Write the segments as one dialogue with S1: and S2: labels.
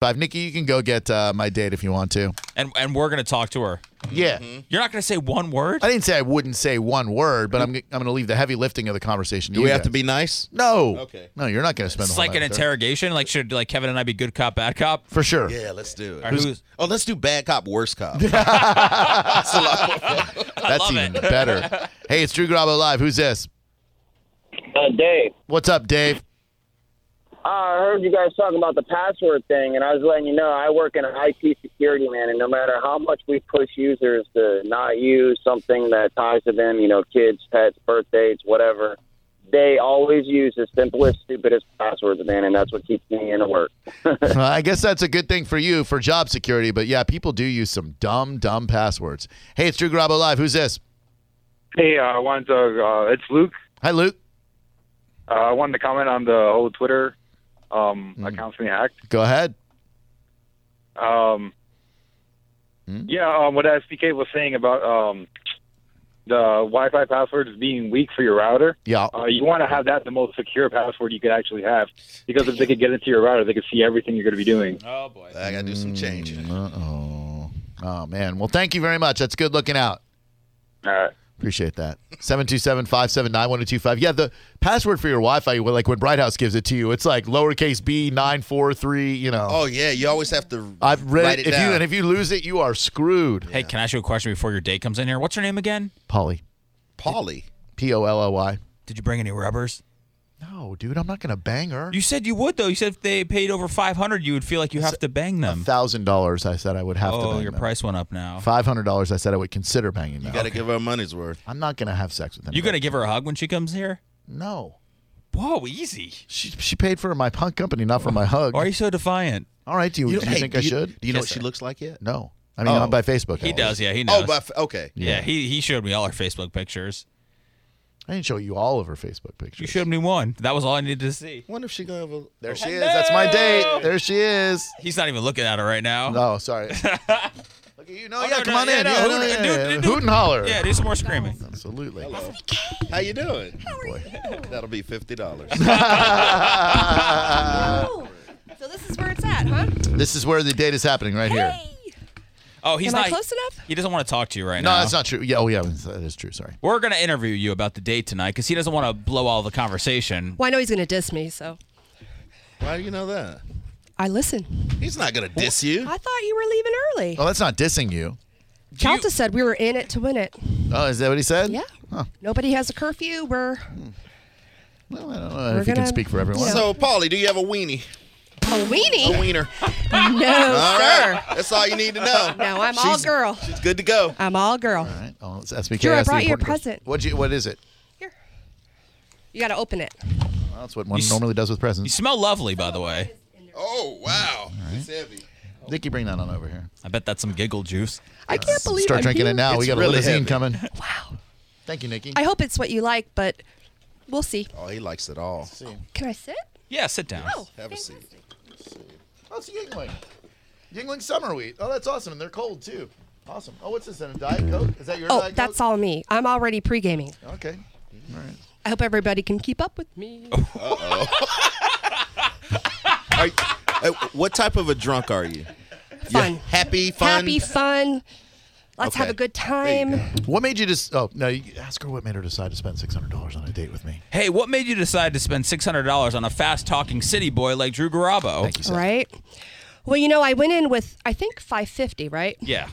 S1: five. Nikki, you can go get uh, my date if you want to.
S2: and and we're gonna talk to her.
S1: Yeah.
S2: You're not gonna say one word.
S1: I didn't say I wouldn't say one word, but I'm, I'm going to leave the heavy lifting of the conversation to
S3: Do
S1: you
S3: we have
S1: guys.
S3: to be nice?
S1: No.
S3: Okay.
S1: No, you're not going to spend the
S2: It's
S1: whole
S2: like
S1: night
S2: an
S1: with her.
S2: interrogation. Like should like Kevin and I be good cop, bad cop?
S1: For sure.
S3: Yeah, let's do it.
S2: All right, who's-
S3: Oh, let's do bad cop, worst cop.
S1: That's
S2: love
S1: even
S2: it.
S1: better. Hey, it's Drew Garabo Live. Who's this?
S4: Uh, Dave,
S1: What's up, Dave?
S4: Uh, I heard you guys talking about the password thing, and I was letting you know I work in IT security, man. And no matter how much we push users to not use something that ties to them, you know, kids, pets, birth dates, whatever, they always use the simplest, stupidest passwords, man. And that's what keeps me in work.
S1: Uh, I guess that's a good thing for you for job security, but yeah, people do use some dumb, dumb passwords. Hey, it's Drew Garabo Live. Who's this?
S5: Hey, uh, I wanted to. Uh, it's Luke.
S1: Hi, Luke.
S5: Uh, I wanted to comment on the whole Twitter um,
S6: Mm-hmm.
S5: accounts being hacked.
S1: Go ahead.
S5: Um,
S6: Hmm?
S5: Yeah, um, what SBK was saying about um, the Wi-Fi passwords being weak for your router.
S1: Yeah.
S5: Uh, you want to have that the most secure password you could actually have, because if they could get into your router, they could see everything you're going to be doing.
S2: Oh boy.
S3: I gotta do some changing.
S1: Mm, Uh-oh. Oh, man. Well, thank you very much. That's good looking out.
S5: All right.
S1: Appreciate that. 727-579-1025. Yeah, the password for your Wi-Fi, well, like when Bright House gives it to you, it's like lowercase b 943, you know.
S3: Oh yeah, you always have to.
S1: I've read
S3: write
S1: it. If
S3: it down.
S1: you and if you lose it, you are screwed.
S2: Hey, can I ask you a question before your date comes in here? What's your name again?
S1: Polly.
S3: Polly.
S1: P O L L Y.
S2: Did you bring any rubbers?
S1: No, dude, I'm not gonna bang her.
S2: You said you would though. You said if they paid over five hundred, you would feel like you have to bang them.
S1: thousand dollars I said I would have to
S2: Oh,
S1: bang
S2: your
S1: them.
S2: price went up now.
S1: Five hundred dollars I said I would consider banging them.
S3: You gotta give her money's worth.
S1: I'm not gonna have sex with them.
S2: You gonna give her a hug when she comes here?
S1: No.
S2: Whoa, easy.
S1: She, she paid for my punk company, not for my hug.
S2: Why are you so defiant?
S1: All right, do you, do you
S3: hey,
S1: think
S3: do
S1: I should?
S3: Do you know what
S2: Yes,
S3: she
S2: sir.
S3: looks like yet?
S1: No. I mean
S3: Oh.
S1: I'm by Facebook.
S2: He
S1: always.
S2: does, yeah, he knows.
S3: Oh, but f- okay.
S2: yeah, he he showed me all her Facebook pictures.
S1: I didn't show you all of her Facebook pictures.
S2: You showed me one. That was all I needed to see.
S3: Wonder if she gonna have a.
S1: There she is. That's my date. There she is.
S2: He's not even looking at her right now.
S1: No, sorry. Look at you. No, yeah,
S2: no,
S1: come
S2: no,
S1: on
S2: yeah,
S1: in.
S2: no,
S1: Yeah,
S2: hoot-
S1: yeah,
S2: dude,
S1: yeah.
S2: dude,
S1: Hoot and holler.
S2: Yeah, do some more screaming.
S1: Absolutely.
S3: How you doing?
S1: Boy.
S3: That'll be fifty dollars.
S7: Oh, so this is where it's at, huh?
S1: This is where the date is happening right here.
S7: Hey.
S2: Oh, he's
S7: Am
S2: not
S7: I close enough?
S2: He doesn't want to talk to you right
S1: No,
S2: now.
S1: that's not true. Yeah, oh yeah, that is true. Sorry.
S2: We're gonna interview you about the date tonight because he doesn't want to blow all the conversation.
S7: Well, I know he's gonna diss me, so
S3: Why do you know that?
S7: I listen.
S3: He's not gonna diss you.
S7: I thought you were leaving early.
S1: Oh, that's not dissing you.
S7: Calta said we were in it to win it.
S1: Oh, is that what he said?
S7: Yeah.
S1: Huh.
S7: Nobody has a curfew. We're
S1: Well, I don't know
S7: We're
S1: if you can
S7: gonna-
S1: speak for everyone.
S7: yeah.
S3: So, Polly, do you have a weenie?
S7: a
S3: A
S7: weenie.
S3: wiener.
S7: No,
S3: All
S7: sir.
S3: right. That's all you need to know.
S7: No, I'm all
S3: She's-
S7: girl.
S3: She's good to go.
S7: I'm all girl.
S1: All right. Oh, let's SBK.
S7: Drew, I
S1: ask the
S7: brought you a
S1: important question.
S7: present.
S1: What'd you, what is it?
S7: Here. You gotta open it.
S1: Well, that's what one
S2: You s-
S1: normally does with
S2: You
S1: presents.
S2: smell lovely, by the way.
S3: Oh wow, it's heavy.
S1: Nikki, bring that on over here.
S2: I bet that's some giggle juice.
S7: I can't believe
S1: Start
S7: I'm
S1: drinking
S7: here.
S1: it now. we
S3: It's
S1: got
S3: really
S1: a limousine
S3: heavy.
S1: coming.
S7: Wow.
S1: Thank you, Nikki.
S7: I hope it's what you like, but we'll see.
S3: Oh, he likes it all.
S7: Can I sit?
S2: Yeah, sit down.
S7: Oh,
S3: Have a seat.
S1: Oh, it's Yingling. Yingling summer wheat. Oh, that's awesome. And they're cold too. Awesome. Oh, what's this in a Diet Coke? Is that your
S7: Oh,
S1: Diet Coke?
S7: that's all me. I'm already pre gaming.
S1: Okay. All right.
S7: I hope everybody can keep up with me.
S1: Oh,
S3: Are you- uh, what type of a drunk are you?
S7: Fun.
S3: You happy, fun.
S7: Happy fun. Let's have
S3: Okay.
S7: a good
S3: There you
S7: time.
S1: What made you just? Oh no, you ask her what made her decide to spend six hundred dollars on a date with me.
S2: Hey, what made you decide to spend six hundred dollars on a fast-talking city boy like Drew Garabo?
S1: Thank you, sir.
S7: Right? Well, you know, I went in with I think 550, right?
S2: Yeah.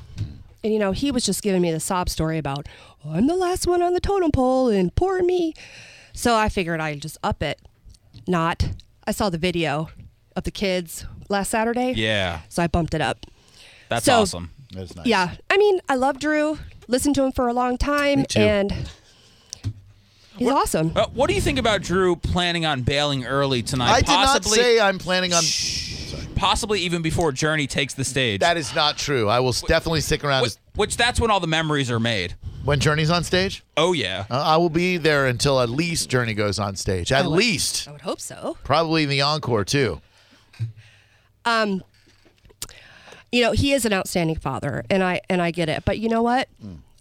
S7: And you know, he was just giving me the sob story about "Oh, I'm the last one on the totem pole and poor me. So I figured I'd just up it. Not. I saw the video of the kids last Saturday.
S2: Yeah.
S7: So I bumped it up.
S2: That's
S7: So-
S2: awesome.
S1: That's nice.
S7: Yeah. I mean, I love Drew. Listened to him for a long time
S1: too.
S7: and he's awesome.
S2: Uh, what do you think about Drew planning on bailing early tonight?
S1: I did not
S2: possibly,
S1: say uh, I'm planning on.
S2: possibly even before Journey takes the stage.
S1: That is not true. I will s- definitely stick around
S2: which, which that's when all the memories are made.
S1: when Journey's on stage.
S2: Oh yeah.
S1: Uh, I will be there until at least Journey goes on stage.
S7: Oh,
S1: At least,
S7: I would hope so.
S1: probably in the encore too. Hmm.
S7: you know he is an outstanding father and i and i get it but you know what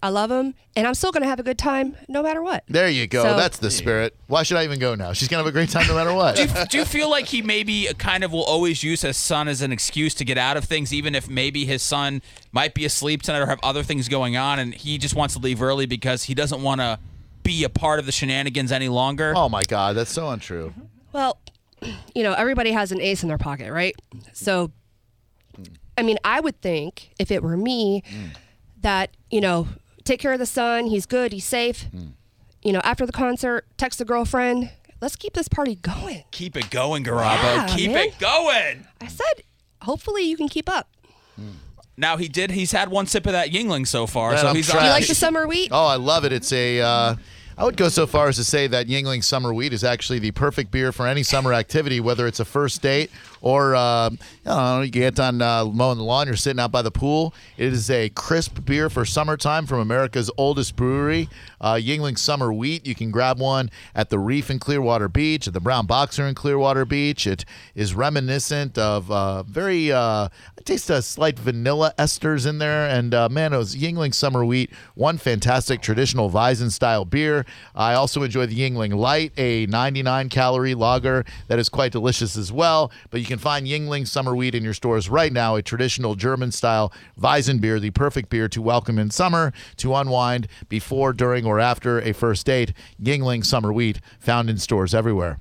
S7: I love him, and I'm still going to have a good time no matter what.
S1: There you go.
S7: So-
S1: That's the spirit. Why should I even go now? She's gonna have a great time no matter what.
S2: Do you feel like he maybe kind of will always use his son as an excuse to get out of things, even if maybe his son might be asleep tonight or have other things going on, and he just wants to leave early because he doesn't want to be a part of the shenanigans any longer?
S1: oh my God, that's so untrue.
S7: Well, you know, everybody has an ace in their pocket, right?
S1: Hmm.
S7: So, I mean, I would think if it were me
S1: Hmm.
S7: that, you know, take care of the son, he's good, he's safe.
S1: Hmm.
S7: You know, after the concert, text the girlfriend, let's keep this party going.
S2: Keep it going, Garabo.
S7: Yeah,
S2: Keep
S7: man.
S2: it going.
S1: Hmm.
S7: I said, hopefully you can keep up.
S2: Now he did. He's had one sip of that Yingling so far,
S1: Man,
S2: so
S1: I'm
S2: he's
S1: trash.
S7: You
S2: on.
S7: like the summer wheat?
S1: Oh, I love it. It's a. Uh, I would go so far as to say that Yingling Summer Wheat is actually the perfect beer for any summer activity, whether it's a first date or uh, you, know, you get done uh, mowing the lawn, you're sitting out by the pool. It is a crisp beer for summertime from America's oldest brewery, uh, Yingling Summer Wheat. You can grab one at the Reef in Clearwater Beach, at the Brown Boxer in Clearwater Beach. It is reminiscent of uh, very. Uh, I taste a slight vanilla esters in there, and uh, man, it was Yingling Summer Wheat, one fantastic traditional Weizen style beer. I also enjoy the Yingling Light, a 99 calorie lager that is quite delicious as well. But you can find Yingling Summer Wheat in your stores right now, a traditional German style Weizen beer, the perfect beer to welcome in summer, to unwind before, during, or after a first date. Yingling Summer Wheat, found in stores everywhere.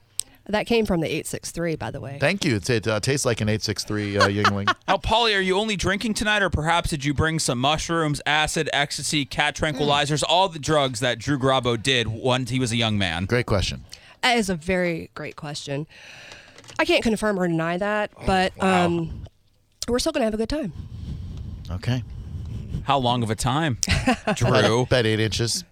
S7: That came from the 863, by the way.
S1: Thank you. It's, it uh, tastes like an 863 uh, Yingling.
S2: Now, Paulie, are you only drinking tonight, or perhaps did you bring some mushrooms, acid, ecstasy, cat tranquilizers, all the drugs that Drew Garabo did when he was a young man?
S1: Great question.
S7: That is a very great question. I can't confirm or deny that, but
S1: Oh,
S7: um, we're still going to have a good time.
S1: Okay.
S2: How long of a time,
S1: About,
S2: Drew?
S1: about eight inches.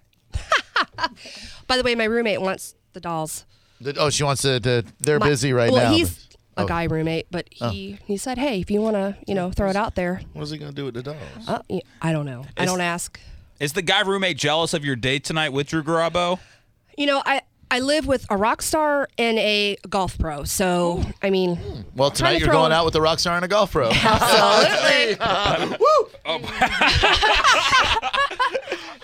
S7: By the way, my roommate wants the dolls.
S1: The- Oh, she wants to. to they're
S7: My-
S1: busy right
S7: well,
S1: now. Oh.
S7: he's a guy roommate, but he he said, "Hey, if you want to, you know, throw it out there."
S3: What is he gonna do with the dogs?
S7: Uh, y- I don't know. I
S2: Is-
S7: don't ask.
S2: Is the guy roommate jealous of your date tonight with Drew Garabo?
S7: You know, I I live with a rock star and a golf pro, so I mean,
S1: Hmm. well,
S7: trying
S1: tonight
S7: to
S1: you're
S7: throw-
S1: going out with a rock star and a golf pro.
S7: absolutely.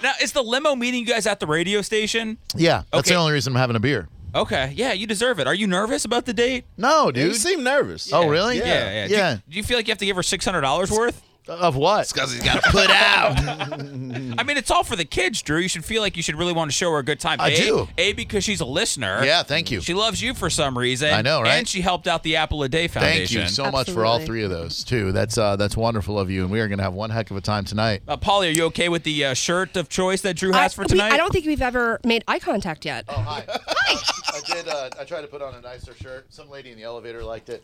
S2: Now, is the limo meeting you guys at the radio station?
S1: yeah, that's the
S2: Okay.
S1: only reason I'm having a beer.
S2: Okay, yeah, you deserve it. Are you nervous about the date?
S1: No,
S3: You
S1: dude.
S3: seem nervous.
S1: Oh, really?
S3: Yeah.
S2: Yeah, yeah. Do you-
S1: Yeah. uh,
S2: Do, you feel like you have to give her six hundred dollars worth?
S1: Of what?
S3: Because he's got to put out.
S1: Mm.
S2: I mean, it's all for the kids, Drew. You should feel like you should really want to show her a good time.
S1: I
S2: A-
S1: do.
S2: A because she's a listener.
S1: Yeah, thank you.
S2: She loves you for some reason.
S1: I know, right?
S2: And she helped out the Apple a Day Foundation.
S1: Thank you so much for all
S7: Absolutely.
S1: three of those too. That's uh, that's wonderful of you, and we are going to have one heck of a time tonight.
S2: Uh, Polly, are you okay with the uh, shirt of choice that Drew
S7: I,
S2: has for
S7: we-
S2: tonight?
S7: I don't think we've ever made eye contact yet.
S1: Hi. I did. Uh, I tried to put on a nicer shirt. Some lady in the elevator liked it.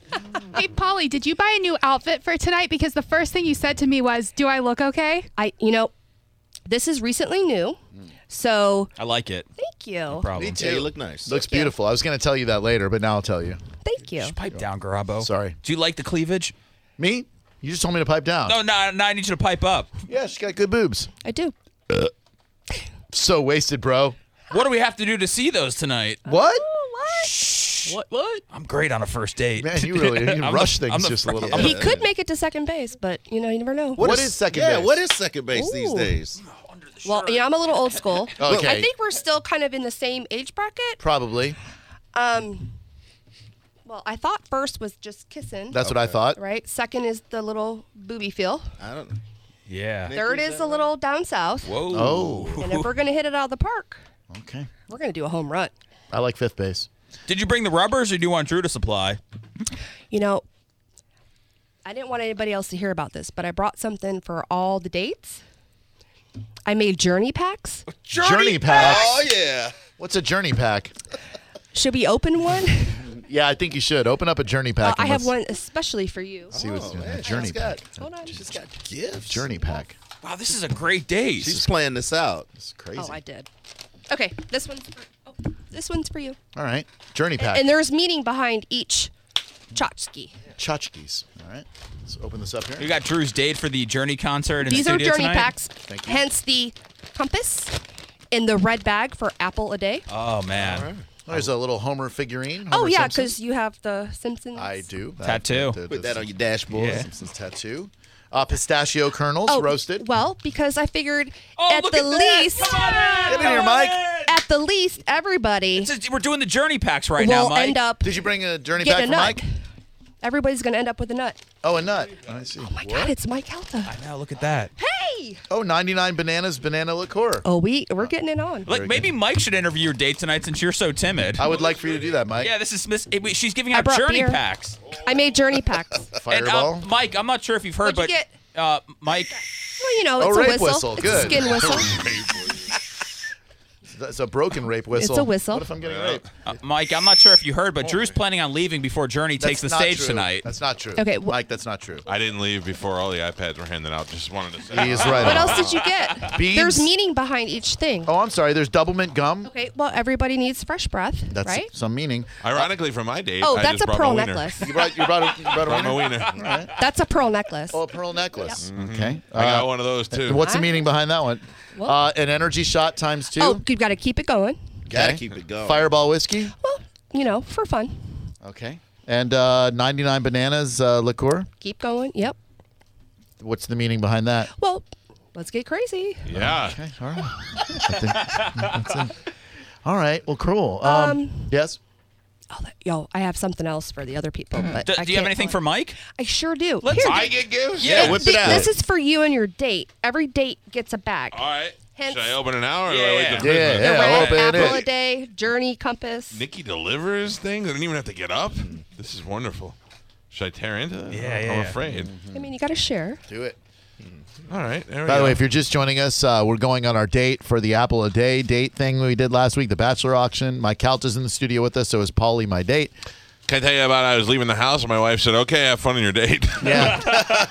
S8: Hey, Polly, did you buy a new outfit for tonight? Because the first thing you said to me was, Do I look okay?
S7: I you know, this is recently new, so
S2: I like it.
S7: thank you,
S2: Problem.
S3: Yeah, you look nice.
S1: Looks beautiful. I was going to tell you that later, but now I'll tell you.
S7: thank you.
S2: Pipe down, Garabo.
S1: Sorry.
S2: Do you like the cleavage?
S1: Me? You just told me to pipe down.
S2: No, no, no. I need you to pipe up.
S1: Yeah, she got good boobs.
S7: I do.
S1: So wasted, bro.
S2: What do we have to do to see those tonight?
S1: What?
S2: What? What? I'm great on a first date.
S1: Man, you really you
S2: I'm
S1: rush
S2: the- I'm
S1: things
S2: the
S1: just a
S2: fr-
S1: little.
S2: I'm
S1: bit.
S7: He could make it to second base, but you know, you never know.
S1: What is second
S3: yeah,
S1: base?
S3: what is second base these
S7: Ooh.
S3: days?
S7: Well, you know, I'm a little old school.
S1: Okay.
S7: I think we're still kind of in the same age bracket.
S1: Probably.
S7: Um, well, I thought first was just kissing,
S1: That's what I thought.
S7: right? Second is the little booby feel.
S3: I don't.
S2: Yeah.
S7: Third is a little down south.
S2: Whoa.
S1: Oh.
S7: And if we're going to hit it out of the park,
S1: Okay.
S7: we're going to do a home run.
S1: I like fifth base.
S2: Did you bring the rubbers or do you want Drew to supply?
S7: You know, I didn't want anybody else to hear about this, but I brought something for all the dates. I made journey packs.
S1: Journey, pack.
S3: Oh yeah.
S1: What's a journey pack?
S7: Should we open one?
S1: Yeah, I think you should open up a journey
S7: Uh,
S1: pack.
S7: I
S1: and
S7: have
S1: let's
S7: one especially for you.
S1: See what's in that
S3: she's
S1: journey pack.
S3: got-
S7: Hold on. oh,
S3: She's got gifts.
S1: Journey pack.
S2: Wow, this is a great date.
S3: She's playing this out.
S1: It's crazy.
S7: Oh, I did. Okay, this one's for, oh, this one's for you.
S1: All right. Journey pack.
S7: And there's meaning behind each tchotchke.
S1: Tchotchkes. All right. Let's open this up here.
S2: You got Drew's date for the Journey concert. In
S7: These
S2: the
S7: are
S2: studio
S7: journey
S2: tonight?
S7: packs,
S1: Thank you.
S7: hence the compass in the red bag for apple a day.
S2: Oh man,
S1: There's a little Homer figurine.
S7: Oh
S1: Homer
S7: yeah,
S1: Simpson.
S7: because you have the Simpsons.
S1: I do
S2: Tattoo.
S3: Put that on your dashboard.
S2: Yeah.
S1: Simpsons tattoo. Uh, pistachio kernels
S7: Oh,
S1: roasted.
S7: Well, because I figured
S2: Oh,
S7: at
S2: look
S7: the
S2: at that.
S7: least,
S2: Come on in.
S1: Get in here,
S2: Come
S1: Mike.
S2: on in.
S7: at the least, everybody
S2: It's just- we're doing the journey packs right
S7: will
S2: now, Mike.
S7: end up
S1: Did you bring a journey back
S7: getting
S1: for
S7: a nut.
S1: Mike?
S7: Everybody's gonna end up with a nut.
S1: Oh, a nut. I see. Oh,
S7: My God, it's Mike Helta.
S2: now look at that.
S7: Hey.
S1: Oh, 99 bananas, banana liqueur.
S7: Oh, we we're getting it on.
S2: Like maybe Mike should interview your date tonight since you're so timid.
S1: I would like for you to do that, Mike.
S2: yeah, this is Miss. it- we- she's giving
S7: I
S2: out
S7: brought
S2: journey
S7: beer.
S2: packs.
S7: I made journey packs.
S2: And, uh,
S1: Fireball.
S2: Mike, I'm not sure if you've heard,
S7: What'd you
S2: but uh, Mike,
S7: Well, you know,
S1: Oh,
S7: it's
S1: rape
S7: a
S1: whistle.
S7: whistle. It's
S1: Good.
S7: a skin whistle.
S1: That's a broken rape whistle.
S7: It's a whistle.
S1: What if I'm getting raped?
S2: uh, Mike, I'm not sure if you heard, but Drew's planning on leaving before Journey takes the
S1: That's not
S2: stage
S1: true.
S2: tonight.
S1: That's not true.
S7: Okay, wh-
S1: Mike, that's not true.
S9: I didn't leave before all the iPads were handed out. Just wanted to say.
S1: He is right.
S7: What
S1: on.
S7: else did you get?
S1: Beads.
S7: There's meaning behind each thing.
S1: Oh, I'm sorry. There's double mint gum.
S7: Okay, well, everybody needs fresh breath,
S1: That's
S7: right?
S1: some meaning.
S9: Ironically, for my date,
S7: Oh,
S9: I
S7: that's
S9: just
S7: a
S9: brought
S7: pearl
S9: my wiener.
S7: necklace.
S1: You brought you brought a, you brought a
S9: Brought my
S1: wiener?
S9: wiener. I
S7: That's a pearl necklace.
S1: Oh, a pearl necklace. Okay.
S9: got
S1: Uh,
S9: one of those too.
S1: what's the
S7: Alright.
S1: meaning behind that one?
S7: Well-
S1: Uh, an energy shot times two.
S7: Oh, you've got to keep it going.
S3: Gotta
S1: Okay.
S3: keep it going.
S1: Fireball whiskey.
S7: Well, you know, for fun.
S1: Okay. And uh, 99 bananas uh, liqueur.
S7: Keep going. Yep.
S1: What's the meaning behind that?
S7: Well, let's get crazy.
S9: Yeah.
S1: Okay. All right. I think that's it. All right. Well, cool. Um,
S7: Um,
S1: yes.
S7: Oh, that, yo, I have something else for the other people, but
S2: Do,
S7: I
S2: do you have
S7: can't
S2: anything
S7: tell
S2: for Mike?
S7: it. I sure do.
S2: Let's-
S7: Here,
S9: I get gifts.
S2: Yeah.
S3: whip
S7: thi-
S3: it out.
S7: This is for you and your date. Every date gets a bag.
S9: All right.
S7: Hence-
S9: Should I open it now or do
S2: Yeah,
S9: I wait
S2: yeah.
S9: till
S1: Yeah,
S9: Christmas?
S1: yeah,
S7: Red
S1: open it.
S7: apple a day, journey compass.
S9: Nikki delivers things. I don't even have to get up. This is wonderful. Should I tear into that?
S2: Yeah, yeah,
S9: I'm
S2: yeah.
S9: afraid.
S7: I mean, you got to share.
S1: Do it.
S9: All right. There we
S1: Mm-hmm. By
S9: go.
S1: the way, if you're just joining us, uh, we're going on our date for the Apple a Day date thing we did last week, the Bachelor auction. My couch is in the studio with us, so is Paulie, my date.
S9: Can I tell you about I was leaving the house and my wife said, "Okay, have fun on your date."
S1: Yeah.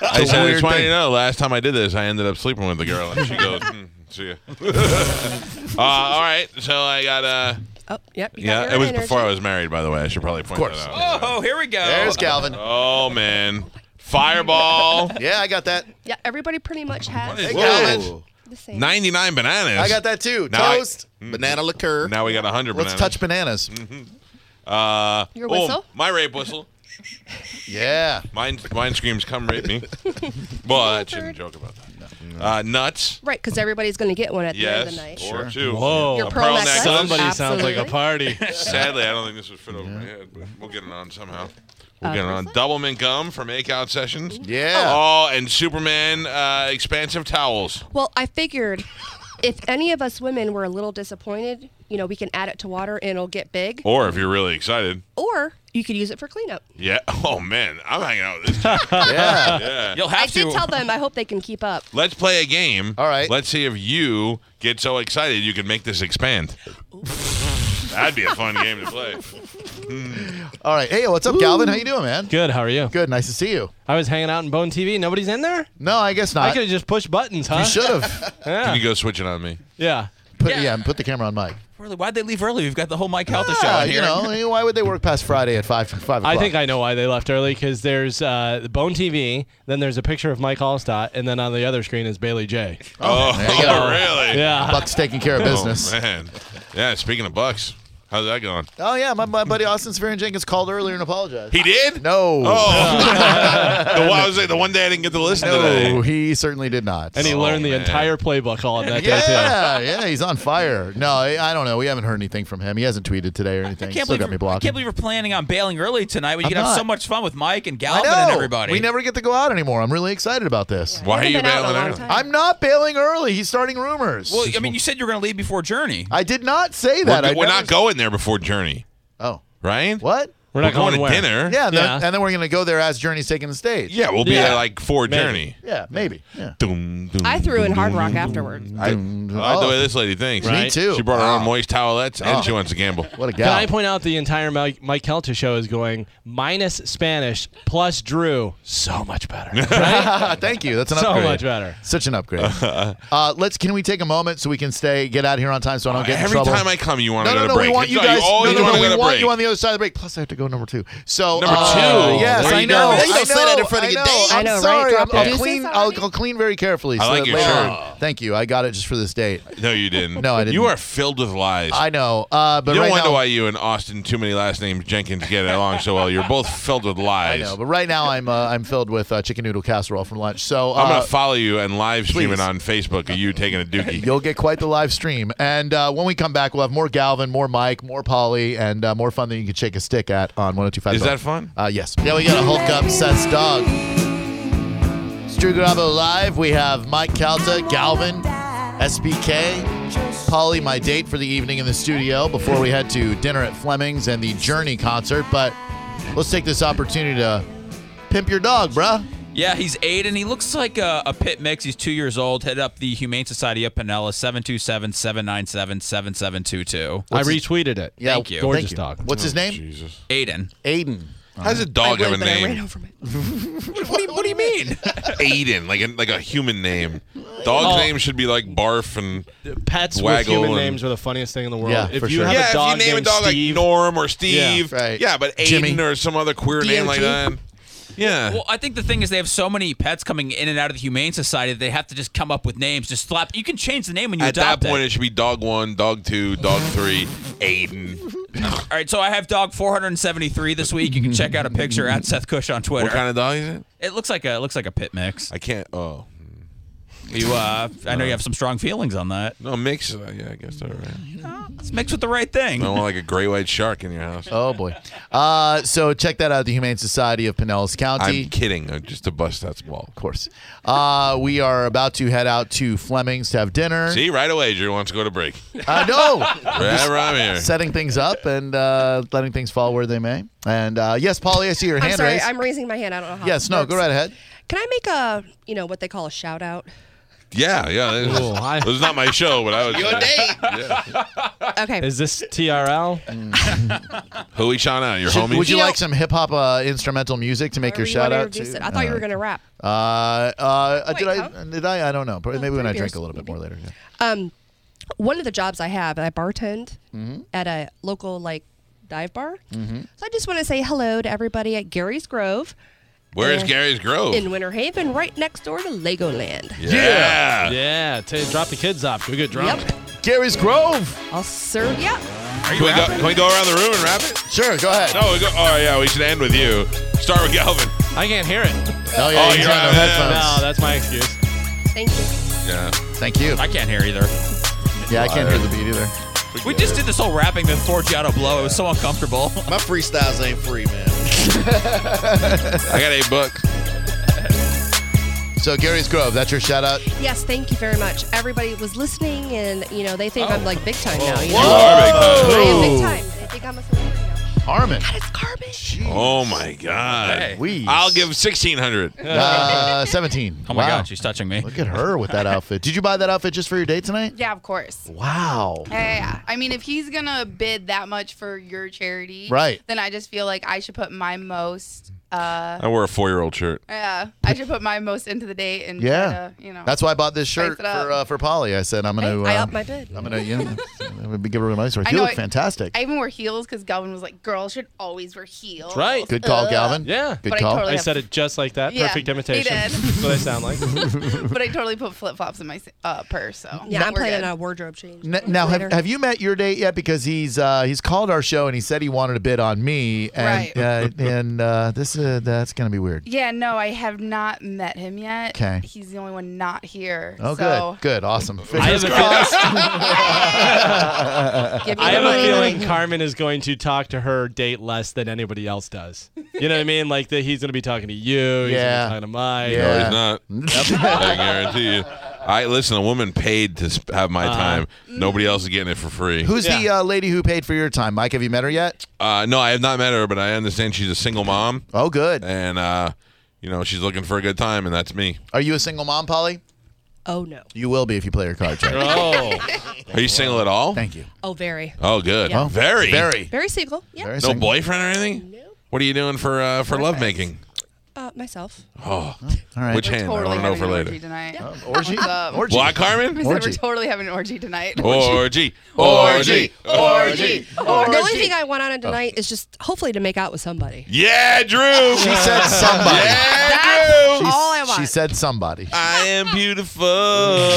S9: I said, "I
S1: weird
S9: just want
S1: thing.
S9: you to know, last time I did this, I ended up sleeping with the girl." And she goes, hmm, "See ya." uh, all right. So I got uh
S7: Oh, yep. you got
S9: yeah.
S7: your
S9: It was
S7: energy.
S9: before I was married, by the way. I should probably point
S1: course.
S9: that out.
S2: Oh, here we go.
S1: There's Galvin.
S9: Oh man, fireball.
S1: Yeah, I got that.
S7: Yeah, everybody pretty much has
S9: is-
S1: Hey,
S9: Whoa.
S1: Galvin.
S7: the same.
S9: Ninety-nine bananas.
S1: I Mm. got that too.
S9: Now I-
S1: Toast.
S3: Banana liqueur.
S9: Now we got hundred
S1: Let's
S9: bananas.
S1: touch bananas.
S9: uh,
S7: Your
S9: oh,
S7: whistle?
S9: my rape whistle.
S1: Yeah.
S9: Mine, mine screams, "Come rape me!" well, I shouldn't joke about that. Uh, nuts.
S7: Right, because everybody's going to get one at the end
S9: Yes,
S7: of the night.
S9: or two.
S6: Whoa.
S7: Your
S9: A
S7: pearl
S9: pearl
S7: necklace.
S9: necklace.
S6: Somebody sounds like
S7: Absolutely.
S6: a party.
S9: Sadly, I don't think this would fit over my head, but we'll get it on somehow.
S7: Uh,
S9: We'll get it on. Double mint gum for makeout sessions.
S1: Yeah.
S9: Oh, and Superman uh, expansive towels.
S7: Well, I figured if any of us women were a little disappointed, you know, we can add it to water and it'll get big.
S9: Or if you're really excited,
S7: Or you could use it for cleanup.
S9: yeah. Oh man, I'm hanging out with this. chick.
S1: Oh. Yeah.
S9: yeah.
S2: You'll
S7: I
S2: have to.
S7: did tell them I hope they can keep up.
S9: Let's play a game.
S1: All right.
S9: Let's see if you get so excited you can make this expand. That'd be a fun game to play.
S1: All right. Hey, what's up, Galvin? How you doing, man?
S6: Good. How are you?
S1: Good. Nice to see you.
S6: I was hanging out in Bone TV. Nobody's in there.
S1: No, I guess
S6: I
S1: not.
S6: could have just pushed buttons, huh?
S1: you should have.
S6: Yeah.
S9: Can you go switch it on me?
S6: yeah.
S1: Put, yeah. put the camera on Mike.
S2: Really, why'd they leave early? We've got the whole Mike Helta show
S1: Yeah,
S2: on
S1: Ah, you
S2: here.
S1: know, I mean, why would they work past Friday at 5, 5 o'clock?
S6: I think I know why they left early because there's uh, Bone TV, then there's a picture of Mike Allstott, and then on the other screen is Bailey J.
S9: Oh,
S1: you go.
S9: really?
S6: Yeah.
S1: Buck's taking care of business.
S9: Oh, man. Yeah, speaking of bucks, how's that going?
S1: Oh, yeah. My, my buddy Austin Severian Jenkins called earlier and apologized.
S9: He did?
S1: no.
S9: Oh. the, one- I was like, the one day I didn't get to listen
S1: No,
S9: today.
S1: he certainly did not.
S6: And he
S9: Oh,
S6: learned the
S9: man.
S6: entire playbook all on that day,
S1: yeah, yeah, he's on fire. No, I, I don't know. We haven't heard anything from him. He hasn't tweeted today or anything.
S2: I can't,
S1: Still
S2: believe
S1: got me
S2: you're- I
S1: blocked.
S2: can't believe you're planning on bailing early tonight when you
S1: I'm
S2: can have so
S1: not.
S2: much fun with Mike and
S1: I
S2: Galvin
S1: know.
S2: and everybody.
S1: We never get to go out anymore. I'm really excited about this.
S9: Why are
S7: Haven't
S9: you
S7: been out in a
S9: bailing
S7: long
S9: out?
S7: time.
S1: I'm not bailing early. He's starting rumors.
S2: Well, I mean, you said you were going to leave before Journey.
S1: I did not say
S9: We're,
S1: that. I
S9: we're
S1: never
S9: not
S1: s-
S9: going there before Journey,
S1: Oh,
S9: right?
S1: what?
S6: We're not
S9: going,
S6: going
S9: to
S6: where?
S9: dinner.
S1: Yeah, and then,
S6: Yeah.
S1: and then we're gonna go there as Journey's taking the stage.
S9: Yeah, we'll be
S6: Yeah.
S9: there like for
S6: Maybe.
S9: Journey.
S1: yeah, maybe. Yeah.
S9: Doom, doom,
S7: I threw in
S9: doom,
S7: Hard
S9: doom,
S7: Rock
S9: doom.
S7: afterwards.
S1: Mm-hmm.
S9: I, I like the
S1: Oh.
S9: way this lady thinks.
S6: Right.
S1: Me too.
S9: She brought her
S1: Wow.
S9: own moist towelettes
S1: Oh.
S9: and she wants to gamble.
S1: What a
S6: Can
S1: guy.
S6: I point out the entire Mike, Mike Kelta show is going minus Spanish plus Drew? So much better.
S1: Thank you. That's an
S6: so
S1: upgrade.
S6: much better.
S1: Such an upgrade. uh, let's. Can we take a moment so we can stay, get out of here on time, so I don't get in
S9: Every
S1: trouble.
S9: time I come, you want
S1: no,
S9: to
S1: no, no.
S9: go to break.
S1: We want you
S9: That's all
S1: guys. no, no,
S9: you wanna
S1: no,
S9: go
S1: we
S9: to
S1: want
S9: break.
S1: you on the other side of the break. Plus, I have to go go number two. So
S9: Number
S1: uh,
S9: two.
S1: Yes,
S9: There
S1: I
S9: you
S1: know.
S9: go.
S1: I
S3: You don't say that in
S1: know,
S3: front of
S1: I
S3: your
S1: know.
S3: date.
S1: I'm
S7: I know, right?
S1: sorry.
S7: Drop
S1: I'm,
S7: the
S1: I'll
S7: deuces
S1: clean. I'll,
S7: already?
S1: I'll clean very carefully.
S9: I
S1: so
S9: like
S1: that
S9: your
S1: later-
S9: shirt.
S1: Thank you. I got it just for this date.
S9: No, you didn't.
S1: No, I didn't.
S9: You are filled with lies.
S1: I know. Uh, but
S9: you don't
S1: right
S9: wonder
S1: now,
S9: why you and Austin, too many last names Jenkins, get along so well. You're both filled with
S1: I
S9: lies.
S1: know. But right now, I'm uh, I'm filled with uh, chicken noodle casserole from lunch. So uh,
S9: I'm gonna follow you and live stream
S1: please.
S9: it on Facebook. Are you taking a dookie?
S1: You'll get quite the live stream. And uh, when we come back, we'll have more Galvin, more Mike, more Polly, and uh, more fun than you can shake a stick at on 102.5.
S9: Is that fun?
S1: Uh, yes. Yeah, we got a Hulk up Seth's dog. It's Drew Garabo live. We have Mike Calta, Galvin, SBK, Polly, my date for the evening in the studio before we head to dinner at Fleming's and the Journey concert. But let's take this opportunity to pimp your dog, bruh.
S2: Yeah, he's eight and he looks like a, a pit mix. He's two years old. Head up the Humane Society of Pinellas, 727 797 7722.
S6: I retweeted it.
S1: Yeah,
S2: Thank you.
S6: Gorgeous
S1: thank you.
S6: dog.
S1: What's
S9: Oh,
S1: his name? Uh,
S9: Jesus.
S2: Aiden.
S1: Aiden.
S9: How's a dog have a
S7: but I ran
S9: name?
S7: over my.
S2: What do you, what do you mean?
S9: Aiden, like a, like a human name. Dog's
S2: Oh.
S9: name should be like Barf and
S6: Pets with
S9: Waggle
S6: human
S9: and-
S6: names are the funniest thing in the world.
S1: Yeah,
S6: if
S1: for
S6: you
S1: sure.
S6: have
S9: yeah.
S6: a dog
S9: if you name a
S6: named
S9: dog
S6: Steve,
S9: like Norm or Steve, yeah,
S1: right.
S9: but Aiden
S1: Jimmy.
S9: or some other queer name like that. Yeah.
S2: Well, I think the thing is they have so many pets coming in and out of the Humane Society that they have to just come up with names. Just slap. You can change the name when you
S9: At that
S2: adopt
S9: point,
S2: it.
S9: it should be dog one, dog two, dog three, Aiden.
S2: All right, so I have dog 473 this week. You can check out a picture at Seth Cush on Twitter.
S9: What kind of dog is it?
S2: it looks like a it looks like a pit mix.
S9: I can't. Oh.
S2: You, uh, I know you have some strong feelings on that.
S9: No, mix. uh, Yeah, I guess that's right.
S2: It's mixed with the right thing.
S9: I don't want like a gray white shark in your house.
S1: Oh boy. Uh, so check that out, the Humane Society of Pinellas County.
S9: I'm kidding. uh, Just to bust that ball.
S1: of course. Uh, we are about to head out to Fleming's to have dinner.
S9: See, right away, Drew wants to go to break.
S1: Uh, no.
S9: Right around here.
S1: Setting things up and uh, letting things fall where they may. And uh, yes, Polly, I see your
S7: I'm
S1: hand
S7: sorry,
S1: raised.
S7: I'm raising my hand. I don't know how.
S1: yes,
S7: it
S1: no,
S7: works.
S1: go right ahead.
S7: Can I make a, you know, what they call a shout out?
S9: Yeah, yeah. This is,
S6: Cool, I-
S9: this is not my show, but I was. Your date.
S7: Okay.
S6: Is this TRL?
S9: Who we shout out? Your
S1: Should-
S9: homies?
S1: would you
S7: You know-
S1: like some hip hop uh, instrumental music to make
S7: Or
S1: your
S7: you
S1: shout
S7: wanna
S1: out?
S7: introduce
S1: To?
S7: it? I thought you were going to rap.
S1: Uh, uh,
S7: Wait,
S1: did I?
S7: how?
S1: Did I? I don't know. Maybe when
S7: three
S1: I drink
S7: beers,
S1: a little bit more later. yeah.
S7: Um, one of the jobs I have, I bartend
S1: Mm-hmm.
S7: at a local like dive bar. So I just want to say hello to everybody at Gary's Grove
S9: Where is
S7: Yeah.
S9: Gary's Grove?
S7: in Winter Haven, right next door to Legoland.
S9: yeah.
S6: Yeah, t- drop the kids off. Go get drunk.
S7: Yep,
S1: Gary's Grove.
S7: I'll serve you. up.
S9: Can, we go, can we go around the room and wrap it?
S1: Sure, go ahead.
S9: No, we go. Oh, yeah. We should end with you. Start with Galvin.
S6: I can't hear it.
S1: Oh, yeah,
S9: Oh,
S1: he's
S9: you're
S1: on
S9: right,
S1: the
S6: No,
S9: yeah.
S1: headphones.
S6: that's my excuse.
S7: Thank you.
S9: Yeah.
S1: Thank you.
S2: I can't hear either.
S1: Yeah, I can't hear the beat either.
S2: We just did this whole rapping then Forgiato blow. It was so uncomfortable.
S3: My freestyles ain't free, man.
S9: I got a book.
S1: So Gary's Grove, that's your shout out.
S7: Yes, thank you very much. Everybody was listening, and you know they think I'm like big time now. You
S6: Oh.
S9: You
S7: know?
S9: are big time.
S7: I am big time. They think I'm a celebrity now.
S1: Harmon.
S7: God, it's garbage.
S9: Oh my God.
S2: Hey.
S1: Wheeze.
S9: I'll give sixteen hundred.
S1: uh, 17.
S2: Oh my
S1: Wow.
S2: God, she's touching me.
S1: Look at her with that outfit. Did you buy that outfit just for your date tonight?
S10: Yeah, of course.
S1: Wow.
S10: Yeah, yeah, yeah. I mean, if he's gonna bid that much for your charity,
S1: Right.
S10: Then I just feel like I should put my most. Uh,
S9: I wear a four-year-old shirt.
S10: yeah, I should put my most into the date and try
S1: Yeah.
S10: to, you know.
S1: That's why I bought this shirt
S10: Spice
S1: for
S10: it up.
S1: uh, for Polly. I said I'm gonna.
S7: I
S1: uh,
S7: up my bid.
S1: I'm gonna. You know, I'm gonna give her a nice one.
S10: I
S1: You
S10: know
S1: look
S10: it-
S1: fantastic.
S10: I even wear heels because Galvin was like, "Girls should always wear heels."
S6: right.
S1: Good call,
S10: Ugh.
S1: Galvin.
S6: Yeah.
S1: Good
S10: But I
S1: call.
S10: totally-
S6: I said it just like that.
S10: Yeah,
S6: Perfect
S10: he
S6: imitation.
S10: did.
S6: That's what I sound like.
S10: but I totally put flip flops in my uh, purse. So
S7: Yeah,
S10: but
S7: I'm
S10: we're
S7: planning
S10: good.
S7: on a wardrobe change.
S1: N- now, have,
S7: later.
S1: have you met your date yet? Because he's uh, he's called our show and he said he wanted a bid on me, and
S10: Right.
S1: uh, and uh, this uh, that's gonna be weird.
S10: Yeah, no, I have not met him yet.
S1: 'Kay.
S10: He's the only one not here.
S1: Oh,
S10: so
S1: good, good, awesome.
S6: I have,
S1: Fingers
S6: a
S1: crossed.
S6: feeling,
S10: Give me
S6: I have
S10: the
S6: a
S10: money.
S6: feeling Carmen is going to talk to her date less than anybody else does. You know what I mean? Like that he's going to be talking to you. He's
S1: Yeah.
S6: Going to be talking to Mike.
S1: Yeah.
S9: No, he's not. I guarantee you. I listen. A woman paid to sp- have my time. Nobody else is getting it for free.
S1: Who's the
S6: Yeah.
S1: uh, lady who paid for your time, Mike? Have you met her yet?
S9: Uh, no, I have not met her, but I understand she's a single mom,
S1: Oh, good.
S9: and uh, you know she's looking for a good time, and that's me.
S1: Are you a single mom, Polly?
S7: Oh no.
S1: You will be if you play your cards right.
S6: Oh.
S9: Are you single at all?
S1: Thank you.
S7: Oh, very,
S9: Oh, good.
S7: Yeah.
S9: Very.
S1: Very.
S7: very single. Yeah.
S1: Very
S9: No
S1: single.
S9: boyfriend or anything. What are you doing for uh, for lovemaking?
S7: Uh, myself.
S9: Oh,
S1: all right.
S9: Which
S10: We're
S9: hand?
S10: totally
S9: I want to know
S10: having
S9: for
S10: an
S9: later.
S10: orgy tonight.
S1: orgy?
S10: What's up?
S1: Orgy.
S9: Why, Carmen?
S10: We said
S1: Orgy.
S10: we're totally having an orgy tonight.
S9: Orgy.
S1: Orgy.
S9: Orgy.
S1: Orgy.
S7: The only thing I want on it tonight is just hopefully to make out with somebody.
S9: Yeah, Drew.
S1: She said somebody.
S9: Yeah, Drew.
S7: All I
S1: She
S7: want.
S1: said somebody.
S9: I am beautiful.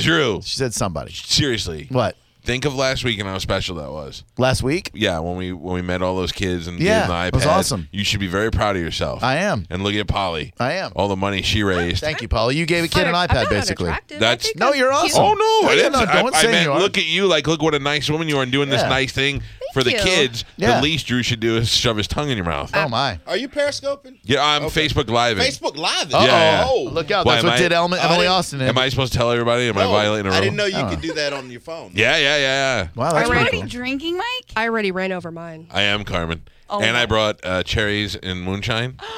S9: Drew,
S1: She said somebody.
S9: seriously.
S1: What?
S9: Think of last week and how special that was.
S1: Last week?
S9: Yeah, when we when we met all those kids and
S1: Yeah,
S9: gave them the iPad.
S1: it was awesome.
S9: You should be very proud of yourself.
S1: I am.
S9: And look at Polly.
S1: I am.
S9: All the money she raised.
S1: Thank you, Paula. You gave a kid an
S7: I'm
S1: iPad,
S7: not
S1: basically.
S7: unattractive. I
S9: That's-
S7: think
S1: No,
S7: I'm
S1: you're
S7: cute.
S1: awesome.
S9: Oh no!
S1: No,
S9: I didn't.
S1: no,
S9: I,
S1: don't
S9: I
S1: say
S9: meant,
S1: you are.
S9: look at you. Like, look what a nice woman you are, and doing this
S1: Yeah.
S9: nice thing for the
S10: you.
S9: kids.
S1: Yeah.
S9: The least Drew should do is shove his tongue in your mouth.
S1: Oh, my.
S3: Are you periscoping?
S9: yeah, I'm
S3: Okay.
S9: Facebook Live.
S3: Facebook Live.
S1: Uh-oh.
S9: yeah.
S3: Oh,
S1: Look out.
S9: Why,
S1: That's
S9: am
S1: what
S9: I-
S1: did Emily,
S3: I
S1: Emily
S3: didn't-
S1: Austin.
S9: Am I supposed to tell everybody? Am I
S3: No,
S9: violating a rule?
S3: I didn't know you
S1: Oh.
S3: could do that on your phone.
S9: Yeah, yeah, yeah.
S1: Wow,
S10: Are
S1: that's
S10: we
S1: pretty
S10: already
S1: cool.
S10: drinking, Mike?
S7: I already ran over mine.
S9: I am Carmen,
S10: Oh,
S9: and I
S10: my.
S9: brought uh, cherries and moonshine.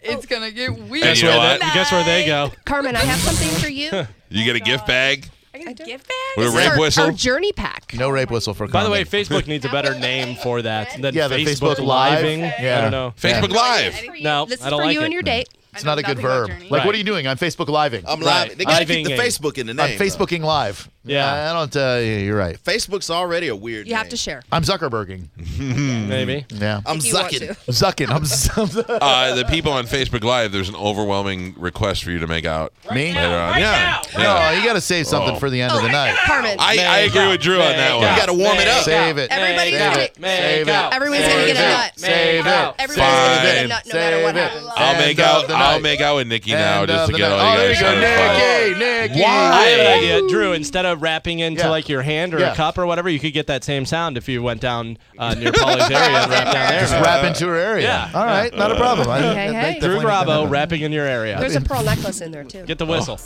S10: It's gonna get weird.
S9: And you know what?
S10: tonight.
S6: Guess where they go?
S7: Carmen, I have something for you.
S9: You get a gift bag
S10: I got
S7: I
S10: a
S7: do.
S10: gift bag.
S9: with a
S7: This is
S9: rape
S7: our,
S9: whistle.
S7: Our journey pack.
S1: No rape whistle for
S6: By the way,
S1: Carmen.
S6: Facebook needs a better name for that than
S1: Yeah, the
S6: Facebook,
S1: Facebook Live.
S6: living.
S1: Yeah.
S6: I don't know.
S9: Facebook Live.
S10: Anything-
S6: No,
S7: This is
S6: I don't
S7: for
S6: like
S7: you
S6: it.
S7: and your date.
S10: I
S1: It's
S10: know
S1: not a good
S10: nothing about
S1: verb.
S10: journey.
S1: Like, what
S6: Right.
S1: are you doing? I'm Facebook Living.
S3: I'm
S6: Right.
S3: live. They gotta
S6: Living
S3: keep the
S6: it.
S3: Facebook in the
S1: I'm
S3: name. though.
S1: Facebooking Live.
S6: Yeah.
S1: I don't, uh, you're right.
S3: Facebook's already a weird.
S7: You have
S3: name.
S7: to share.
S1: I'm Zuckerberging.
S6: Maybe.
S1: Yeah.
S3: I'm
S7: if you want
S3: sucking.
S1: I'm Zucking. I'm, i
S9: Uh, the people on Facebook Live, there's an overwhelming request for you to make out
S1: Me?
S9: later on. yeah.
S1: No, you got to save something
S9: Oh.
S1: for the end of the night.
S7: Carmen,
S9: I, I agree with Drew on that
S6: Make
S9: one.
S6: out.
S3: You gotta warm it up.
S1: Save it.
S7: Everybody's
S1: Save
S7: gonna
S1: it.
S7: get-
S1: Save it.
S7: Everyone's
S1: Save
S7: gonna get a
S1: it.
S7: nut.
S1: Save it.
S7: everybody's going to get
S9: Fine.
S7: a nut no matter what
S1: Save it.
S7: happens.
S9: I'll
S1: End
S9: make
S1: of
S9: out.
S1: the
S9: I'll
S1: night.
S9: make out with Nikki now
S1: End
S9: just
S1: of
S9: to
S1: the
S9: get
S1: night.
S9: all you
S1: Oh,
S9: guys
S1: there
S9: satisfied.
S1: you go. Nikki. Nikki.
S6: I have an
S1: Why?
S6: idea, Drew. Instead of wrapping into
S1: Yeah.
S6: like your hand or
S1: Yeah.
S6: a cup or whatever, you could get that same sound if you went down uh, near Polly's area and wrapped down
S1: Just
S6: there.
S1: wrap into her area.
S6: Yeah.
S1: All right, not a problem. I,
S7: Hey,
S1: I
S7: hey.
S1: think
S6: Drew
S1: definitely
S6: Bravo
S1: that-
S6: wrapping in your area.
S7: There's a pearl necklace in there too.
S6: Get the whistle.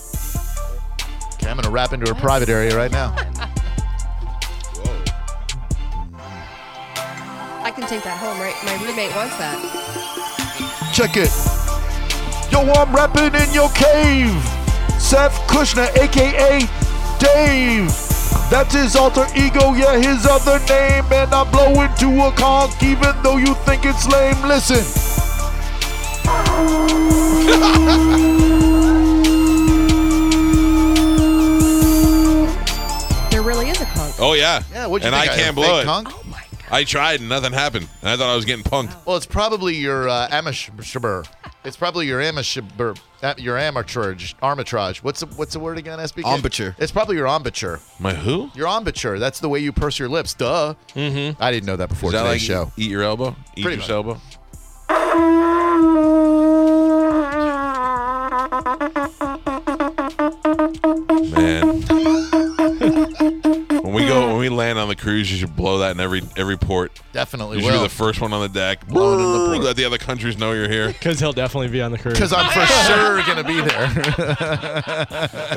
S1: Okay, I'm gonna wrap into her private area right now.
S7: I can take that home, right? My roommate wants that.
S1: Check it. Yo, I'm rapping in your cave. Seth Kushner, aka Dave. That's his alter ego, yeah, his other name. And I blow into a conch even though you think it's lame. Listen.
S7: There really is a conch.
S9: Oh yeah.
S1: Yeah, what you
S9: and
S1: think?
S9: I
S1: am, fake
S9: can't blow it.
S1: conch?
S7: Oh my god.
S9: I tried and nothing happened. And I thought I was getting punked.
S1: Well, it's probably your uh, amateur. It's probably your amateur, uh, your amateurage, arbitrage. What's the, what's the word again, SBK?
S3: Embouchure.
S1: It's probably your embouchure.
S9: My who?
S1: Your embouchure. That's the way you purse your lips. Duh. Mm-hmm. I didn't know that before
S9: Is that
S1: today's
S9: like
S1: show.
S9: eat your elbow? Eat
S1: Pretty
S9: your
S1: much.
S9: elbow? Man. when we go when we land on the cruise, you should blow that in every every port.
S1: Definitely
S9: You should be
S1: will.
S9: the first one on the deck.
S1: Blow it in the port.
S9: Let the other countries know you're here.
S6: Because he'll definitely be on the cruise.
S1: Because I'm for sure gonna be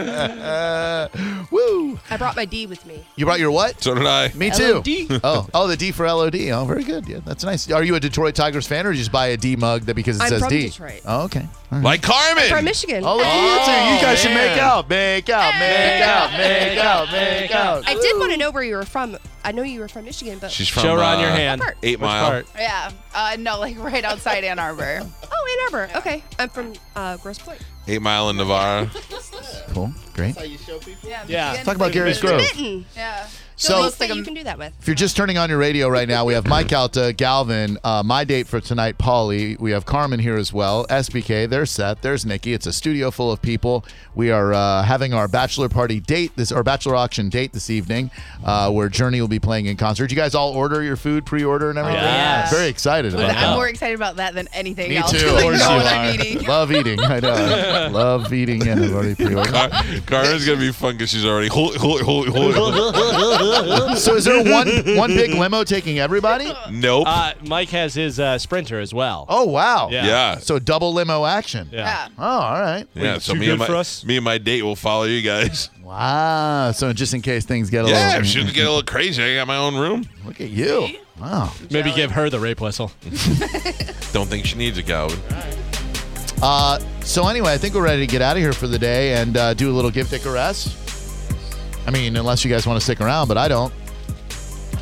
S1: there. Woo!
S7: I brought my D with me.
S1: You brought your what?
S9: So did I.
S1: Me too. Oh, oh, the D for LOD. Oh, very good. Yeah, that's nice. Are you a Detroit Tigers fan, or did you just buy a D mug that because it
S7: I'm
S1: says
S7: from
S1: D?
S7: Detroit.
S1: Oh, okay.
S9: Like Carmen.
S7: From Michigan.
S1: Oh, look at you two. You guys should make out, make out, make out, make out, make out.
S7: I did want to know where you were from. I know you were from Michigan, but
S9: She's from
S6: Show her on your
S9: uh,
S6: hand.
S7: part?
S9: Eight
S6: Which
S9: Mile.
S6: part?
S10: Yeah. Uh, no, like right outside Ann Arbor.
S7: oh, Ann Arbor. Okay, I'm from uh, Gross Point.
S9: Eight Mile in Navarra.
S1: Cool, great.
S3: How you show people?
S10: Yeah.
S6: Yeah.
S10: Michigan.
S1: Talk about Gary's Grove.
S7: Mitten.
S10: Yeah.
S1: Oh. So-
S7: Things that you can do that with.
S1: If you're just turning on your radio right now, we have Mike Alta, Galvin, uh, my date for tonight, Paulie. We have Carmen here as well. SBK, there's Seth, there's Nikki. It's a studio full of people. We are uh, having our bachelor party date this, our bachelor auction date this evening, uh, where Journey will be playing in concert. Did you guys all order your food, pre-order, and everything?
S6: Yes.
S1: Very excited about that.
S10: I'm more excited about that than anything
S1: Uh-huh. Me
S10: else.
S1: too. Of
S10: Like, you
S1: course
S10: know
S1: you
S10: what I'm
S1: are.
S10: eating.
S1: Love eating. I know. I Love eating, and I've already pre-ordered.
S9: Car- Carmen's gonna be fun because she's already. Holy, holy, holy, holy.
S1: So is there one one big limo taking everybody?
S9: Nope.
S6: Uh, Mike has his uh, sprinter as well.
S1: Oh wow.
S6: Yeah.
S9: yeah.
S1: So double limo action.
S10: Yeah.
S1: Oh, all right.
S9: Yeah, so
S6: too
S9: me
S6: good
S9: and my
S6: for us?
S9: me and my date will follow you guys.
S1: Wow. So just in case things get a
S9: yeah,
S1: little
S9: if she get a little crazy, I got my own room.
S1: Look at you. Wow.
S6: Maybe give her the rape whistle.
S9: Don't think she needs a Calvin.
S1: Uh, so anyway, I think we're ready to get out of here for the day and uh, do a little give dick a rest. I mean, unless you guys want to stick around, but I don't.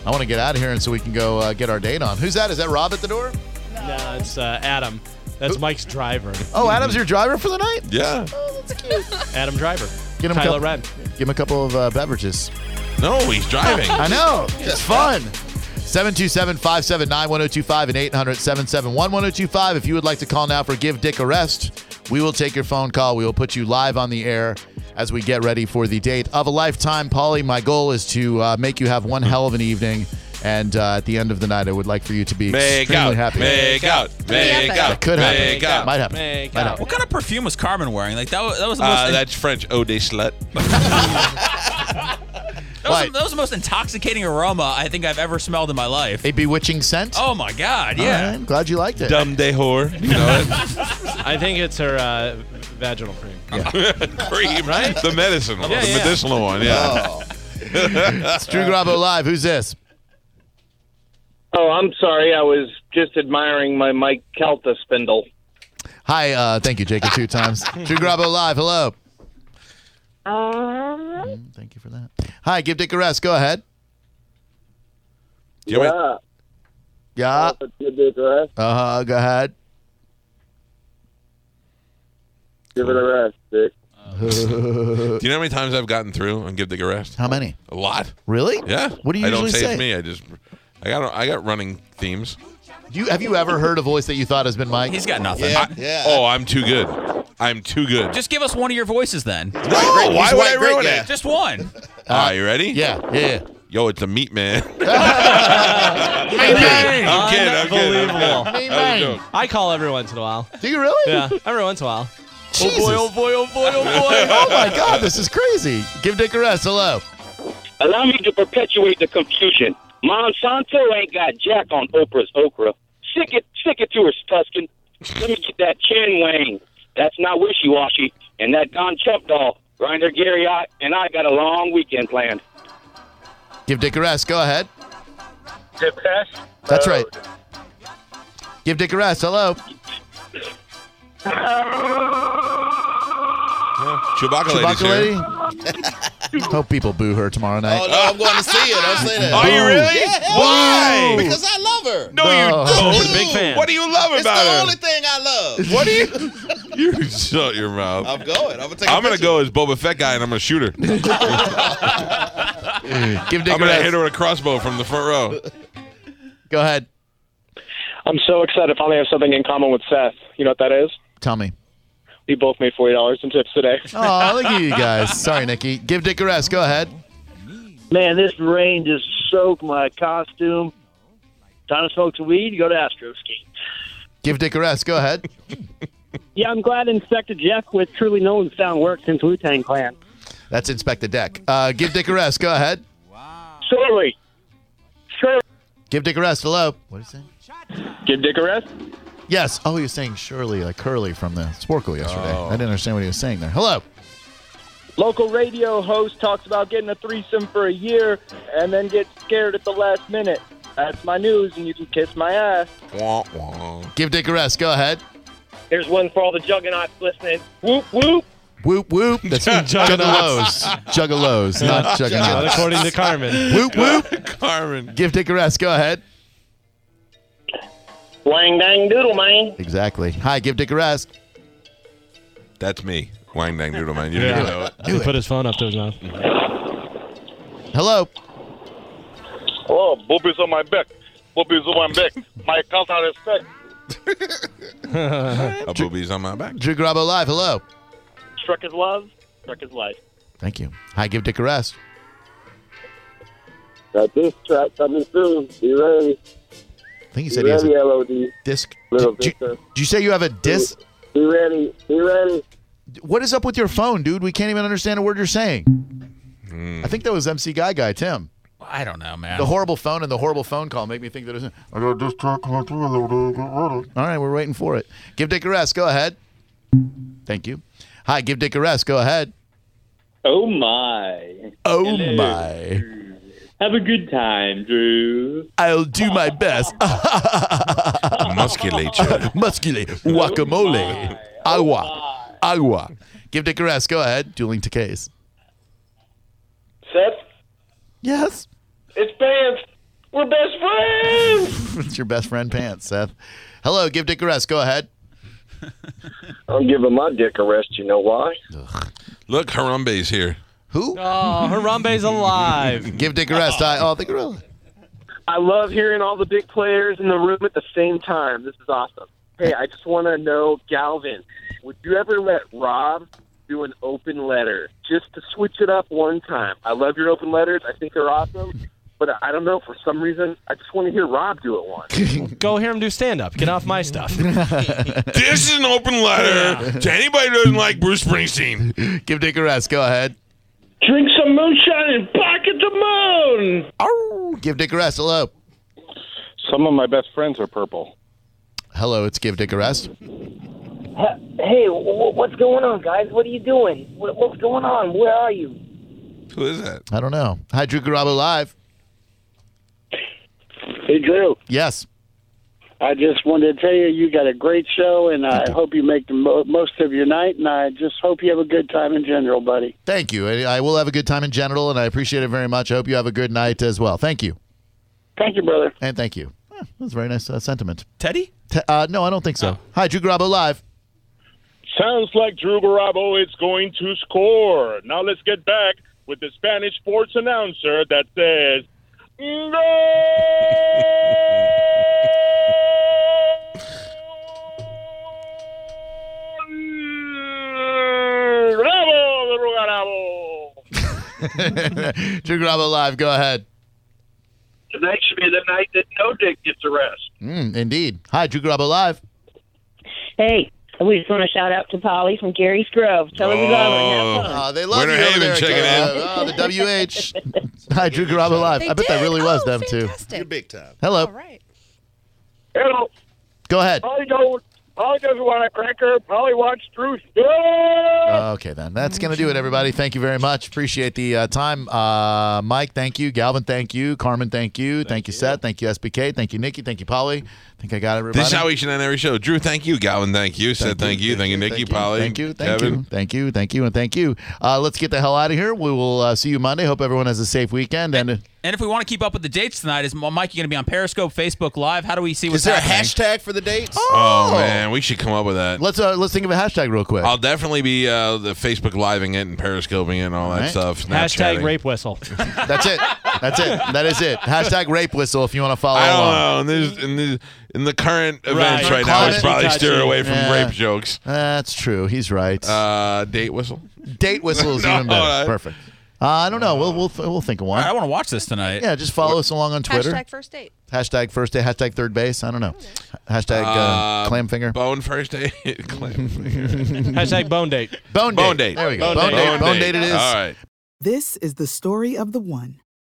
S1: I want to get out of here and so we can go uh, get our date on. Who's that? Is that Rob at the door?
S6: No, it's uh, Adam. That's Mike's driver.
S1: Oh, Adam's your driver for the night?
S9: Yeah.
S6: Adam Driver.
S1: Get him a
S6: Kylo
S1: couple,
S6: Ren.
S1: Give him a couple of uh, beverages.
S9: No, he's driving.
S1: I know. It's fun. 727 579 1025 and 800 771 1025. If you would like to call now for Give Dick a Rest, we will take your phone call. We will put you live on the air as we get ready for the date of a lifetime. Polly, my goal is to uh, make you have one hell of an evening. And uh, at the end of the night, I would like for you to be
S9: Make
S1: extremely
S9: out.
S1: happy.
S9: Make out. Make
S1: That
S9: out.
S1: could happen.
S9: Make out.
S1: Might happen.
S6: Make
S1: Might
S6: out.
S1: happen.
S2: What kind of perfume was Carmen wearing? Like that was that was the most
S9: Uh, that's French. Oh, de slut.
S2: that, was,
S1: right.
S2: that was the most intoxicating aroma I think I've ever smelled in my life.
S1: A bewitching scent?
S2: Oh my god,
S1: All
S2: yeah.
S1: right, I'm glad you liked it.
S9: Dumb de whore. You know it.
S6: I think it's her uh, vaginal cream.
S9: Cream, right? The medicine one.
S6: Yeah,
S9: the
S6: yeah.
S9: medicinal one, yeah.
S1: Oh. It's Drew Grabo Live. Who's this?
S4: Oh, I'm sorry. I was just admiring my Mike Kelta spindle.
S1: Hi. Uh, thank you, Jacob, two times. Drew Grabo Live. Hello. Mm, Thank you for that. Hi, give Dick a rest. Go ahead.
S9: Do you want-
S1: Yeah.
S4: Uh, Give it a rest.
S1: Uh huh. Go ahead.
S4: Give it a rest, Dick.
S9: do you know how many times I've gotten through and give the arrest?
S1: How many?
S9: A lot.
S1: Really?
S9: Yeah.
S1: What do you
S9: I
S1: usually
S9: don't say,
S1: say?
S9: it's me. I just I got I got running themes.
S1: Do you, have you ever heard a voice that you thought has been Mike?
S2: He's got nothing.
S9: I- Oh, I'm too good. I'm too good.
S2: Just give us one of your voices then.
S9: no, why would I
S3: great
S9: ruin
S3: guy.
S9: it?
S2: Just one.
S9: Are you ready?
S1: Uh, Yeah. Yeah.
S9: Yo, it's a meat man. I'm kidding.
S2: Hey,
S9: I'm kidding. I'm kidding.
S6: Unbelievable.
S9: That was a joke.
S6: I call every once in a while.
S1: Do you really?
S6: Yeah, every once in a while.
S1: Jesus.
S2: Oh boy, oh boy, oh boy.
S1: Oh my God, this is crazy. Give Dick a rest. Hello.
S4: Allow me to perpetuate the confusion. Monsanto ain't got jack on Oprah's okra. Sick it, sick it to her, Tuscan. Let me get that chin wang. That's not wishy-washy. And that Don Chuck doll, Grinder Gary I, and I got a long weekend planned.
S1: Give Dick a rest. Go ahead.
S5: Depressed.
S1: That's right. Give Dick a rest. Hello.
S9: Chewbacca, lady's
S1: Chewbacca
S9: here.
S1: lady. Hope people boo her tomorrow night.
S3: Oh no, I'm going to see her. Don't say that.
S9: Are
S1: Oh.
S9: you really?
S3: Yeah,
S9: Why?
S3: Because I love her.
S9: no,
S1: No.
S9: you don't.
S6: She's a big fan.
S9: What do you love
S3: it's the
S9: about her?
S3: only thing I love.
S9: What do you? You shut your mouth.
S3: I'm going. I'm gonna take. a
S9: I'm gonna
S3: picture.
S9: go as Boba Fett guy and I'm gonna shoot her. I'm
S1: Give Dick a
S9: gonna
S1: rest.
S9: hit her with a crossbow from the front row.
S1: Go ahead.
S5: I'm so excited. I finally have something in common with Seth. You know what that is?
S1: Tell me.
S5: We both made forty dollars in tips today.
S1: Oh, look at you guys. Sorry, Nikki. Give Dick a rest. Go ahead.
S4: Man, this rain just soaked my costume. Time to smoke some weed. Go to Astro Ski.
S1: Give Dick a rest. Go ahead.
S4: Yeah, I'm glad Inspector Jeff with truly no one's found work since Wu Tang Clan.
S1: That's Inspect the Deck. Uh, give Dick a rest. Go ahead.
S4: Surely. Surely.
S1: Give Dick a rest. Hello. What is that?
S5: Give Dick a rest.
S1: Yes. Oh, he was saying Shirley, like Curly from the Sporkle yesterday. I didn't understand what he was saying there. Hello.
S4: Local radio host talks about getting a threesome for a year and then gets scared at the last minute. That's my news, and you can kiss my ass.
S9: Wah, wah.
S1: Give Dick a rest. Go ahead.
S4: Here's one for all the juggernauts listening. Whoop, whoop.
S1: Whoop, whoop. That's Juggalos. Juggalos, not
S6: Not
S1: Juggernauts.
S6: according to Carmen.
S1: Whoop, whoop.
S9: Carmen.
S1: Give Dick a rest. Go ahead.
S4: Wang dang doodle, man.
S1: Exactly. Hi, give Dick a rest.
S9: That's me. Wang dang doodle man. You
S6: Yeah.
S9: didn't know it.
S6: He put his phone up to his mouth.
S1: Hello.
S5: Oh, boobies on my back. Boobies on my back. My cult I respect.
S9: A boobies on my back.
S1: Drew Grabo Live. Hello.
S4: Truck is love. Truck is life.
S1: Thank you. Hi, give Dick a rest.
S4: Got this track coming soon. Be ready.
S1: I think he
S4: Be
S1: said he has
S4: ready,
S1: a
S4: LOD.
S1: disc.
S4: Little
S1: Did, you,
S4: Victor.
S1: did you say you have a disc?
S4: Be ready. Be ready.
S1: What is up with your phone, dude? We can't even understand a word you're saying. I think that was MC Guy Guy Tim.
S2: Hmm. I don't know, man.
S1: The horrible phone and the horrible phone call make me think that it's. I got this truck coming through. I gotta get ready. All right, we're waiting for it. Give Dick a rest. Go ahead. Thank you. Hi, give Dick a rest. Go ahead.
S4: Oh, my.
S1: Oh
S4: Hello.
S1: my!
S4: Have a good time, Drew.
S1: I'll do my best.
S9: Musculature.
S1: Muscule, guacamole, agua, agua. Give Dick a rest. Go ahead. Dueling decays.
S4: Seth,
S1: Yes.
S4: it's Pants. We're best friends.
S1: It's your best friend pants, Seth. Hello, give Dick a rest. Go ahead.
S4: I'm giving my dick a rest. You know why?
S9: Look, Harambe's here.
S1: Who?
S6: Oh, Harambe's alive.
S1: Give Dick a rest. I, oh, the gorilla.
S4: I love hearing all the big players in the room at the same time. This is awesome. Hey, I just want to know, Galvin, would you ever let Rob do an open letter just to switch it up one time? I love your open letters. I think they're awesome. But I don't know, for some reason, I just want to hear Rob do it once.
S6: Go hear him do stand up. Get off my stuff.
S9: This is an open letter to anybody who doesn't like Bruce Springsteen.
S1: Give Dick a rest. Go ahead.
S11: Drink some moonshine and pocket the moon.
S1: Ow. Give Dick a rest. Hello.
S12: Some of my best friends are purple.
S1: Hello, it's Give Dick a rest.
S11: Hey, wh- wh- what's going on, guys? What are you doing? What, what's going on? Where are you?
S9: Who is that?
S1: I don't know. Hi, Drew Garabo Live.
S11: Hey, Drew.
S1: Yes.
S11: I just wanted to tell you, you got a great show, and I hope you make the mo- most of your night, and I just hope you have a good time in general, buddy.
S1: Thank you. I I will have a good time in general, and I appreciate it very much. I hope you have a good night as well. Thank you.
S11: Thank you, brother.
S1: And thank you. Huh, That was a very nice uh, sentiment.
S2: Teddy?
S1: Te- uh, no, I don't think so. Hi, Drew Garabo Live.
S12: Sounds like Drew Garabo is going to score. Now let's get back with the Spanish sports announcer that says, Bravo, Drew Garabo.
S1: Drew Garabo Live. Go ahead.
S13: Tonight should be the night that no dick gets a rest.
S1: Mm, indeed. Hi, Drew Garabo Live.
S14: Hey, we just want to shout out to Polly from Gary's Grove. Tell her we love her. and
S9: Oh.
S14: have fun.
S1: Uh, they love you over there, Garabo. Uh, the WH. Hi, Drew Garabo Live. I bet that really was
S7: Oh,
S1: them too.
S13: You're big time.
S1: Hello.
S13: Hello.
S1: Go ahead.
S13: Polly don't. Polly doesn't want a cracker. Polly wants truth. Yeah!
S1: Okay, then. That's going to do it, everybody. Thank you very much. Appreciate the uh, time. Uh, Mike, thank you. Galvin, thank you. Carmen, thank you. Thank, you, Seth. Thank you, SBK. Thank you, Nikki. Thank you, Polly. I think I got everybody.
S9: This is how we should end every show. Drew, thank you. Galvin, thank you. Said thank you. Thank you, Nikki, Polly.
S1: Thank you. Thank
S9: Kevin.
S1: you. Thank you. Thank you. And thank you. Uh, let's get the hell out of here. We will uh, see you Monday. Hope everyone has a safe weekend. And uh,
S2: And if we want to keep up with the dates tonight, is M- Mikey going to be on Periscope, Facebook Live? How do we see what's
S1: Is there a
S2: happening?
S1: hashtag
S3: for the dates?
S9: Oh, man, we should come up with that.
S1: let's uh, let's think of a hashtag real quick.
S9: I'll definitely be uh, the Facebook living it and periscoping it and all that
S1: Right.
S9: stuff.
S6: Hashtag
S9: Snapchatting.
S6: rape whistle.
S1: That's it. That's it. That is it. Hashtag rape whistle if you want to follow
S9: I
S1: along.
S9: don't know. In, this, in, this, in the current events
S1: Right.
S9: right now, it's
S1: Touchy,
S9: probably
S1: touchy.
S9: steer away from
S1: Yeah.
S9: rape jokes.
S1: That's true. He's right.
S9: Uh, date whistle.
S1: Date whistle is
S9: No,
S1: even better.
S9: I-
S1: Perfect. Uh, I don't know. We'll we'll we'll think of one.
S2: I want to watch this tonight.
S1: Yeah, just follow us along on Twitter.
S10: Hashtag first date.
S1: Hashtag first day. Hashtag third base. I don't know. Hashtag uh,
S9: Uh,
S1: clam finger.
S9: Bone first date. Clam finger.
S6: Hashtag bone date.
S1: Bone date.
S9: Bone date.
S1: There we go. Bone,
S9: Bone date.
S1: date.
S9: Bone
S1: Bone,
S9: date.
S1: date. It is.
S9: All right.
S15: This is the story of the one.